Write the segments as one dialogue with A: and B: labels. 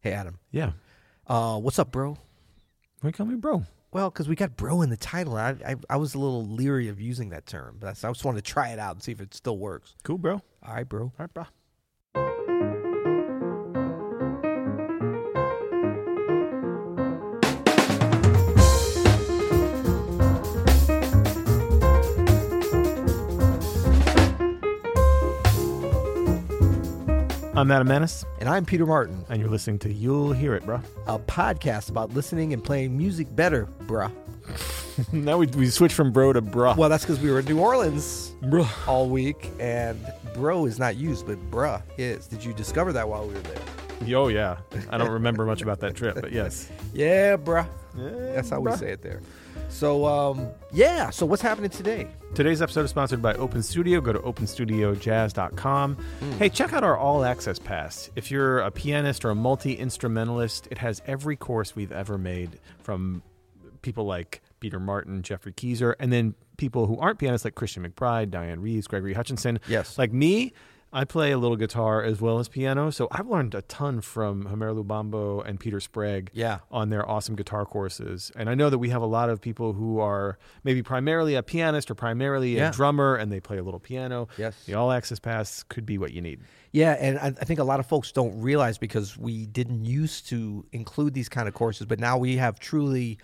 A: Hey, Adam.
B: Yeah.
A: Uh, what's up, bro?
B: Why you call me bro?
A: Well, because we got bro in the title. And I, I, I was a little leery of using that term, but I just wanted to try it out and see if it still works.
B: Cool, bro. All
A: All right, bro.
B: right, bro. I'm Adam Manis,
A: And I'm Peter Martin,
B: and you're listening to You'll Hear It, bro.
A: a podcast about listening and playing music better, bruh.
B: now we, we switch from bro to bruh.
A: Well, that's because we were in New Orleans
B: Bruh.
A: all week, and bro is not used, but bruh is. Did you discover that while we were there?
B: Oh, yeah. I don't remember much about that trip, but yes.
A: Yeah, bruh. That's how we say it there. So, um, yeah. So, what's happening today?
B: Today's episode is sponsored by Open Studio. Go to openstudiojazz.com.
A: Hmm.
B: Hey, check out our all access pass. If you're a pianist or a multi instrumentalist, it has every course we've ever made from people like Peter Martin, Jeffrey Keyser, and then people who aren't pianists like Christian McBride, Diane Reeves, Gregory Hutchinson.
A: Yes.
B: Like me, I play a little guitar as well as piano, so I've learned a ton from Homer Lubambo and Peter Sprague
A: Yeah.
B: on their awesome guitar courses. And I know that we have a lot of people who are maybe primarily a pianist or primarily
A: Yeah.
B: a drummer and they play a little piano.
A: Yes.
B: The all access pass could be what you need.
A: Yeah, and I, I think a lot of folks don't realize because we didn't used to include these kind of courses, but now we have truly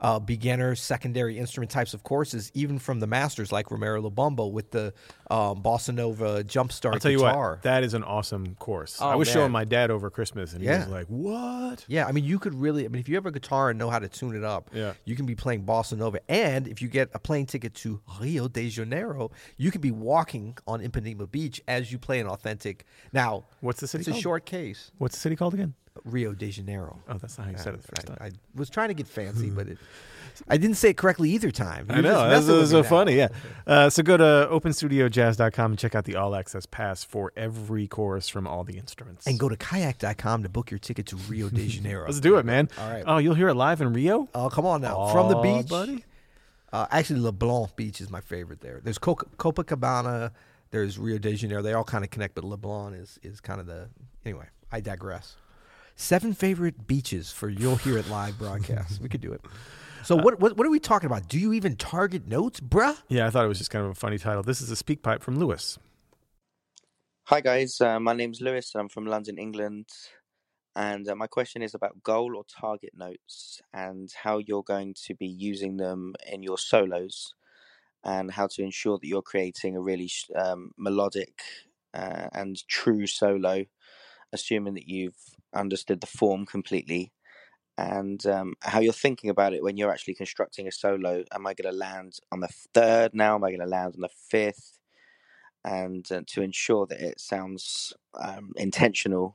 A: uh, beginner, secondary instrument types of courses, even from the masters like Romero Lubumbo with the um, bossa nova jumpstart
B: I'll tell you
A: guitar.
B: what, that is an awesome course.
A: Oh,
B: I was
A: man.
B: showing my dad over Christmas and he
A: Yeah.
B: was like, What?
A: yeah, I mean, you could really. I mean, if you have a guitar and know how to tune it up,
B: Yeah.
A: you can be playing bossa nova. And if you get a plane ticket to Rio de Janeiro, you can be walking on Ipanema Beach as you play an authentic. Now,
B: What's the city
A: it's a
B: called?
A: short case,
B: What's the city called again?
A: Rio de Janeiro.
B: Oh, that's not how you said it the first time.
A: I, I was trying to get fancy, but it, I didn't say it correctly either time.
B: I
A: You're just
B: know. That's,
A: messing
B: that's
A: with
B: so
A: me now.
B: funny. Yeah. Uh, so go to openstudiojazz.com and check out the all access pass for every course from all the instruments.
A: And go to kayak.com to book your ticket to Rio de Janeiro.
B: Let's do it, man.
A: All right.
B: Oh, you'll hear it live in Rio?
A: Oh, come on now. From the
B: Aw,
A: beach.
B: buddy.
A: Uh, actually, LeBlanc Beach is my favorite there. There's Coca- Copacabana, there's Rio de Janeiro. They all kind of connect, but LeBlanc is, is kind of the. Anyway, I digress. Seven favorite beaches for You'll Hear It Live broadcast. we could do it. So,
B: Uh,
A: what, what, what are we talking about? Do you even target notes, bruh?
B: Yeah, I thought it was just kind of a funny title. This is a speak pipe from Lewis.
C: Hi guys, uh, my name's Lewis. I'm from London, England, and uh, my question is about goal or target notes and how you're going to be using them in your solos, and how to ensure that you're creating a really sh- um, melodic uh, and true solo, assuming that you've understood the form completely, and um, how you're thinking about it when you're actually constructing a solo. Am I going to land on the third now? Am I going to land on the fifth? and uh, to ensure that it sounds um, intentional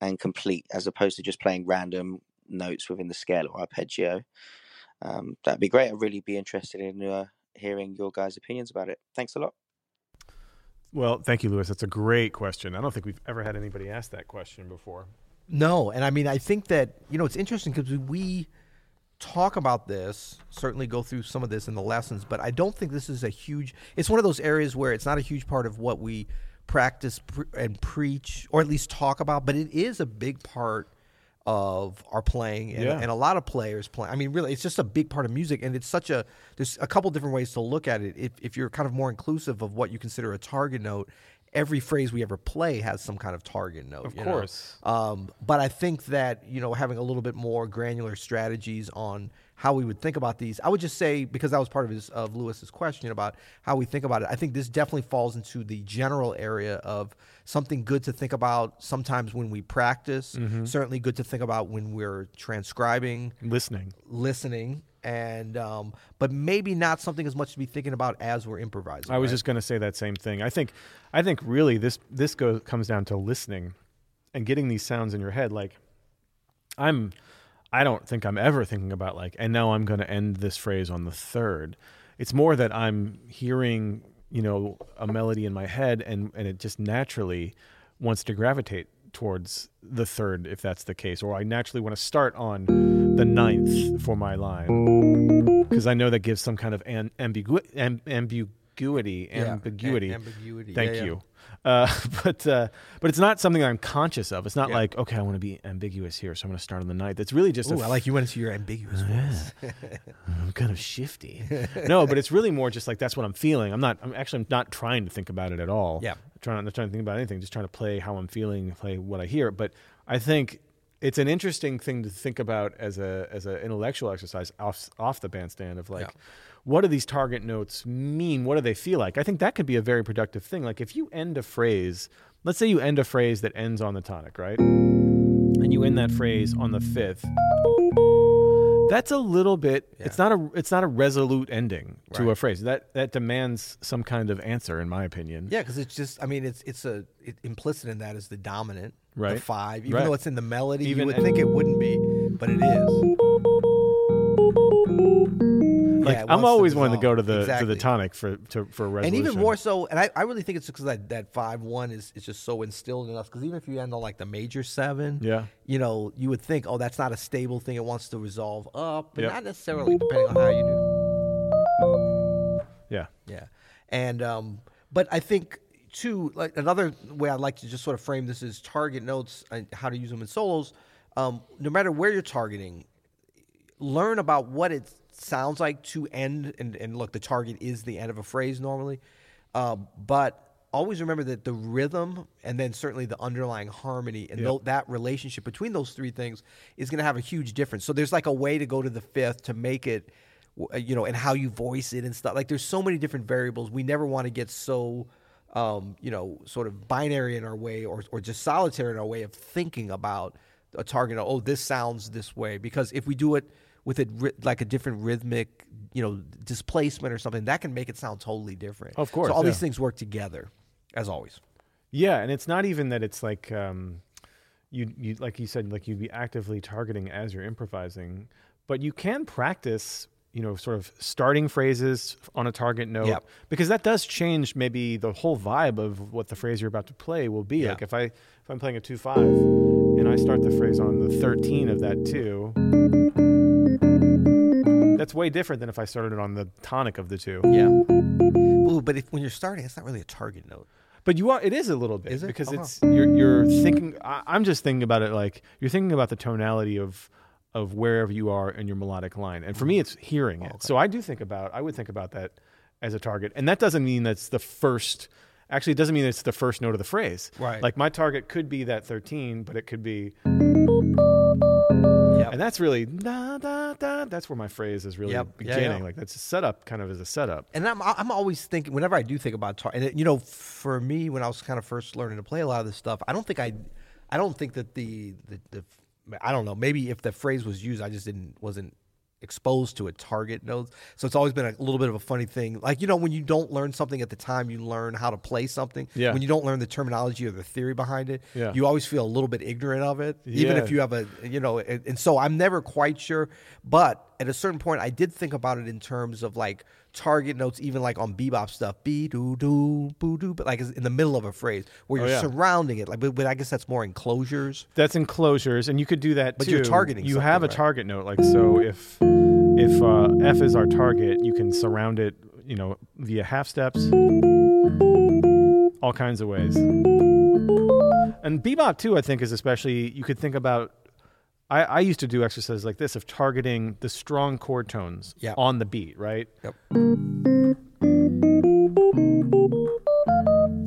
C: and complete as opposed to just playing random notes within the scale or arpeggio. Um, that'd be great. I'd really be interested in uh, hearing your guys' opinions about it. Thanks a lot.
B: Well, thank you, Lewis. That's a great question. I don't think we've ever had anybody ask that question before.
A: No, and I mean I think that you know it's interesting because we talk about this, certainly go through some of this in the lessons, but I don't think this is a huge. It's one of those areas where it's not a huge part of what we practice pr- and preach, or at least talk about, but it is a big part of our playing and,
B: Yeah.
A: and a lot of players play. I mean, really, it's just a big part of music, and it's such a. There's a couple different ways to look at it. If if you're kind of more inclusive of what you consider a target note. Every phrase we ever play has some kind of target note. Of
B: course.
A: um, but I think that you know having a little bit more granular strategies on how we would think about these. I would just say because that was part of his of Lewis's question about how we think about it. I think this definitely falls into the general area of something good to think about sometimes when we practice.
B: Mm-hmm.
A: Certainly good to think about when we're transcribing
B: Listening.
A: listening and um, but maybe not something as much to be thinking about as we're improvising
B: I was
A: right?
B: just going to say that same thing. I think, I think really this this goes comes down to listening and getting these sounds in your head. Like, I'm, I don't think I'm ever thinking about like, and now I'm going to end this phrase on the third. It's more that I'm hearing, you know, a melody in my head, and and it just naturally wants to gravitate towards the third if that's the case, or I naturally want to start on the ninth for my line because I know that gives some kind of an ambigu- am- ambu- ambiguity,
A: Yeah,
B: ambiguity,
A: am- ambiguity.
B: Thank
A: Yeah, yeah.
B: you. Uh, but uh, but it's not something that I'm conscious of. It's not
A: Yeah.
B: like okay, I want to be ambiguous here, so I'm going to start on the ninth. It's really just a
A: Ooh, I like you went into your ambiguous voice.
B: I'm kind of shifty. no, but it's really more just like that's what I'm feeling. I'm not. I'm actually I'm not trying to think about it at all.
A: Yeah.
B: trying not, not trying to think about anything. Just trying to play how I'm feeling, play what I hear. But I think it's an interesting thing to think about as a as an intellectual exercise off off the bandstand of like. What do these target notes mean? What do they feel like? I think that could be a very productive thing. Like if you end a phrase, let's say you end a phrase that ends on the tonic, right? And you end that phrase on the fifth that's a little bit it's not a it's not a resolute ending to a phrase that that demands some kind of answer in my opinion
A: Yeah, because it's just. I mean, it's it's a it, implicit in that is the dominant,
B: Right.
A: The five, even
B: Right.
A: though it's in the melody,
B: Even-
A: you would think it wouldn't be, but it is.
B: like
A: Yeah, it wants
B: i'm
A: to
B: always wanting to
A: dissolve.
B: go to the to
A: Exactly.
B: the tonic for to, for
A: And
B: resolution
A: even more so, and I, I really think it's because that, that five one is, is just so instilled in us. Because even if you end on like the major seven,
B: Yeah.
A: you know, you would think, oh, that's not a stable thing. It wants to resolve up, but
B: Yep.
A: not necessarily, depending on how you do.
B: yeah
A: Yeah, and um, but I think too, like another way I'd like to just sort of frame this is target notes and how to use them in solos. Um, no matter where you're targeting, learn about what it sounds like to end. And, and look, the target is the end of a phrase normally, uh, but always remember that the rhythm and then certainly the underlying harmony and tho- that relationship between those three things is going to have a huge difference. So there's like a way to go to the fifth to make it w- uh, you know, and how you voice it and stuff. Like, there's so many different variables. We never want to get so, um, you know, sort of binary in our way or, or just solitary in our way of thinking about a target. Oh, this sounds this way. Because if we do it with it ri- like a different rhythmic, you know, displacement or something, that can make it sound totally different.
B: Of course,
A: So all
B: yeah.
A: these things work together, as always.
B: yeah and it's not even that it's like um you you like you said like you'd be actively targeting as you're improvising but you can practice you know sort of starting phrases on a target note
A: Yep.
B: because that does change maybe the whole vibe of what the phrase you're about to play will be. Like if I if I'm playing a two five and I start the phrase on the thirteen of that two, that's way different than if I started it on the tonic of the two.
A: Yeah. Ooh, but if when you're starting, it's not really a target note.
B: But you are it is a little bit
A: Is it?
B: because
A: Oh, wow.
B: it's you're you're thinking. I, I'm just thinking about it like you're thinking about the tonality of of wherever you are in your melodic line. And for
A: Mm-hmm.
B: me, it's hearing
A: Oh,
B: it. So I do think about I would think about that as a target, and that doesn't mean that's the first. Actually, it doesn't mean it's the first note of the phrase.
A: Right.
B: Like my target could be that 13, but it could be,
A: Yeah.
B: and that's really da da da. That's where my phrase is really
A: Yep. Yeah, yeah.
B: beginning. Like that's a setup, kind of as a setup.
A: and I'm I'm always thinking whenever I do think about tar- and it, you know for me when I was kind of first learning to play a lot of this stuff I don't think I I don't think that the the, the I don't know maybe if the phrase was used I just didn't wasn't exposed to a target notes so it's always been a little bit of a funny thing like you know when you don't learn something at the time you learn how to play something
B: Yeah.
A: when you don't learn the terminology or the theory behind it
B: Yeah.
A: you always feel a little bit ignorant of it even
B: Yeah.
A: if you have a you know and, and so i'm never quite sure but at a certain point i did think about it in terms of like target notes even like on bebop stuff be doo doo boo doo but like it's in the middle of a phrase where you're
B: yeah.
A: surrounding it like but, but i guess that's more enclosures
B: That's enclosures, and you could do that
A: But
B: too.
A: you're targeting
B: You
A: something,
B: have a
A: right?
B: target note, like so. If if uh, F is our target, you can surround it, you know, via half steps, all kinds of ways. And bebop too, I think, is especially you could think about. I, I used to do exercises like this of targeting the strong chord tones
A: Yeah.
B: on the beat, right?
A: yep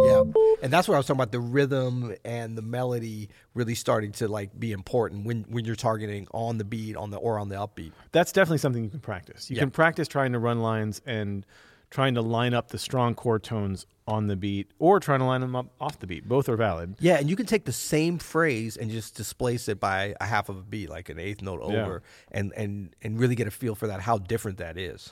A: yeah and that's what i was talking about the rhythm and the melody really starting to like be important when when you're targeting on the beat on the or on the upbeat
B: that's definitely something you can practice. You
A: Yeah.
B: can practice trying to run lines and trying to line up the strong core tones on the beat or trying to line them up off the beat. Both are valid.
A: Yeah, and you can take the same phrase and just displace it by a half of a beat, like an eighth note
B: Yeah.
A: over, and and and really get a feel for that how different that is.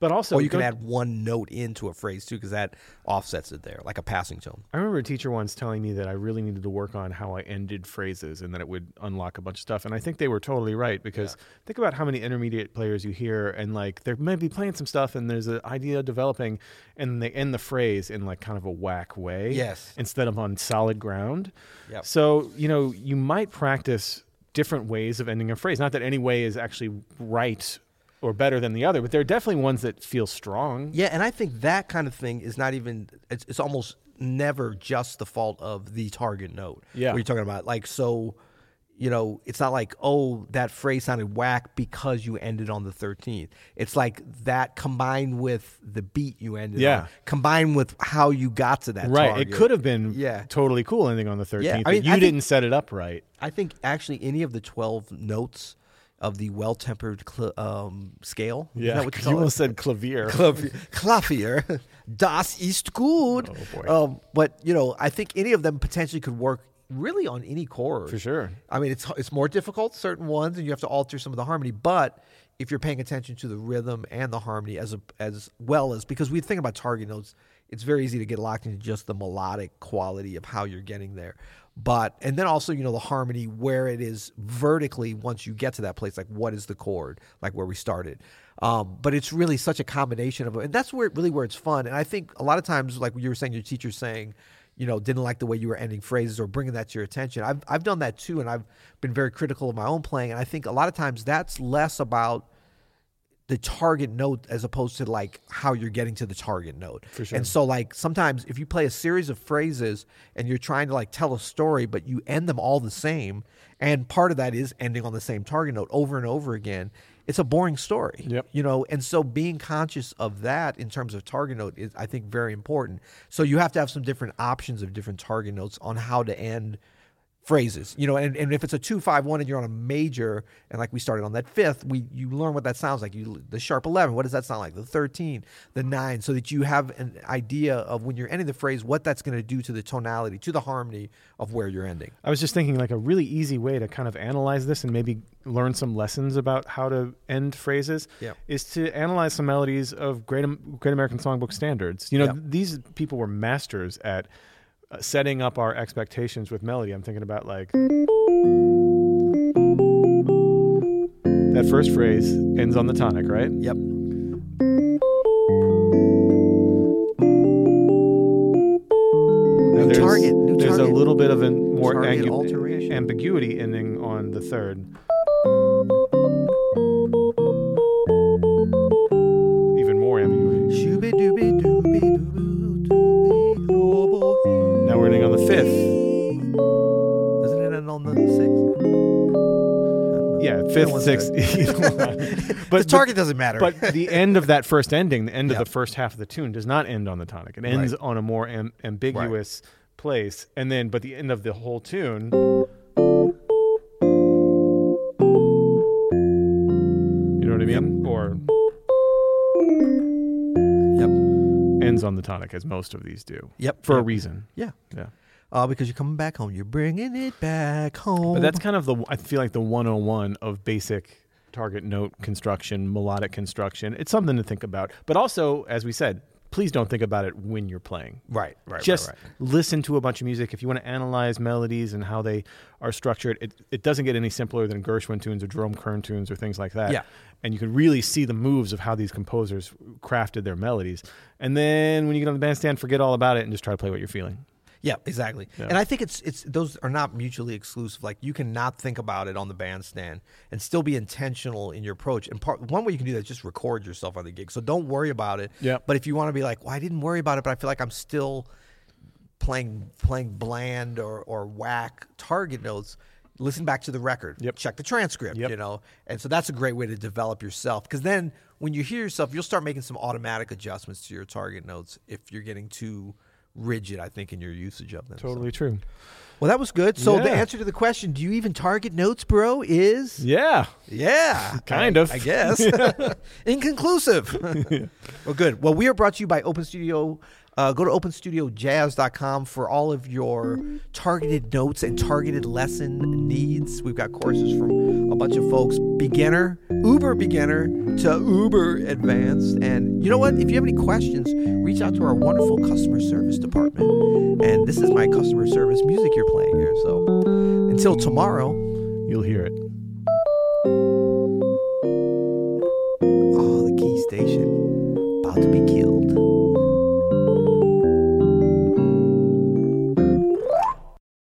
B: But also,
A: or you can
B: go-
A: add one note into a phrase too, because that offsets it there, like a passing tone.
B: I remember a teacher once telling me that I really needed to work on how I ended phrases and that it would unlock a bunch of stuff. And I think they were totally right because think about how many intermediate players you hear and like they're maybe playing some stuff and there's an idea developing and they end the phrase in like kind of a whack way.
A: Yes.
B: Instead of on solid ground.
A: Yep.
B: So, you know, you might practice different ways of ending a phrase. Not that any way is actually right or better than the other, but there are definitely ones that feel strong.
A: Yeah, and I think that kind of thing is not even it's, it's almost never just the fault of the target note.
B: Yeah.
A: What you're talking about. Like so, you know, it's not like, oh, that phrase sounded whack because you ended on the thirteenth. It's like that combined with the beat you ended
B: Yeah.
A: on, combined with how you got to that
B: Right. It
A: target.
B: could have been
A: Yeah.
B: totally cool ending on the 13th,
A: Yeah, I
B: but
A: mean,
B: you
A: I think-
B: didn't set it up right.
A: I think actually any of the twelve notes of the well tempered cl- um, scale. Isn't
B: Yeah.
A: that what you
B: you
A: call it?
B: almost said clavier.
A: Klavier. Klavier. Das ist gut.
B: Oh, boy.
A: Um, but you know, I think any of them potentially could work really on any chord.
B: For sure.
A: I mean, it's it's more difficult certain ones, and you have to alter some of the harmony. But if you're paying attention to the rhythm and the harmony as a, as well as because we think about target notes, it's very easy to get locked into just the melodic quality of how you're getting there. But and then also you know the harmony where it is vertically once you get to that place, like what is the chord, like where we started. Um, but it's really such a combination of, and that's where really where it's fun. And I think a lot of times, like you were saying, your teacher's saying, you know, didn't like the way you were ending phrases or bringing that to your attention. I've, I've done that too, and I've been very critical of my own playing. And I think a lot of times that's less about the target note as opposed to like how you're getting to the target note. For sure. And so, like, sometimes if you play a series of phrases and you're trying to like tell a story, but you end them all the same, and part of that is ending on the same target note over and over again. It's a boring story
B: Yep.
A: you know and so being conscious of that in terms of target note is i think very important so you have to have some different options of different target notes on how to end phrases you know and, and if it's a 251 and you're on a major and like we started on that fifth we you learn what that sounds like you the sharp 11 what does that sound like the 13 the 9 so that you have an idea of when you're ending the phrase what that's going to do to the tonality to the harmony of where you're ending
B: I was just thinking like a really easy way to kind of analyze this and maybe learn some lessons about how to end phrases
A: Yeah.
B: is to analyze some melodies of great Am- great American songbook standards. You know,
A: Yeah.
B: these people were masters at uh, setting up our expectations with melody. I'm thinking about like that first phrase ends on the tonic, right?
A: yep
B: Now, there's,
A: target, new
B: there's
A: target.
B: a little bit of a more
A: Target
B: angu-
A: alteration.
B: ambiguity ending on the third. Even more ambiguity.
A: oh
B: Now we're ending on the fifth.
A: Doesn't it end on the sixth?
B: Yeah,
A: one
B: fifth, sixth. either one. but
A: the target doesn't matter.
B: But, but the end of that first ending, the end
A: Yeah.
B: of the first half of the tune, does not end on the tonic. It ends on a more am- ambiguous place, and then but the end of the whole tune. You know what I mean? Or
A: yep,
B: ends on the tonic, as most of these do.
A: Yep.
B: For a
A: Yep.
B: reason.
A: yeah,
B: Yeah.
A: uh, because you're coming back home. You're bringing it back home.
B: But that's kind of the I feel like the 101 of basic target note construction, melodic construction. It's something to think about. But also, as we said, please don't think about it when you're playing.
A: right, right,
B: Just
A: right, right.
B: listen to a bunch of music. If you want to analyze melodies and how they are structured, it, it doesn't get any simpler than Gershwin tunes or Jerome Kern tunes or things like that.
A: Yeah.
B: And you can really see the moves of how these composers crafted their melodies. And then when you get on the bandstand, forget all about it and just try to play what you're feeling.
A: Yeah, exactly. And I think it's it's those are not mutually exclusive. Like you cannot think about it on the bandstand and still be intentional in your approach. And part one way you can do that is just record yourself on the gig. So don't worry about it.
B: Yeah.
A: But if you want to be like, well, I didn't worry about it, but I feel like I'm still playing playing bland or or whack target notes. Listen back to the record.
B: Yep.
A: Check the transcript.
B: Yep.
A: You know, and so that's a great way to develop yourself because then when you hear yourself, you'll start making some automatic adjustments to your target notes if you're getting too rigid. I think in your usage of them. So-
B: Totally true.
A: well, that was good. So the
B: Yeah.
A: answer to the question, do you even target notes, bro, is
B: Yeah.
A: yeah,
B: Kind
A: I-
B: of.
A: I guess. Inconclusive. Well, good. Well, we are brought to you by Open Studio. Uh, go to openstudiojazz.com for all of your targeted notes and targeted lesson needs. We've got courses from a bunch of folks beginner, uber beginner to uber advanced. And you know what? If you have any questions, reach out to our wonderful customer service department. And this is my customer service music you're playing here. So until tomorrow.
B: You'll hear it.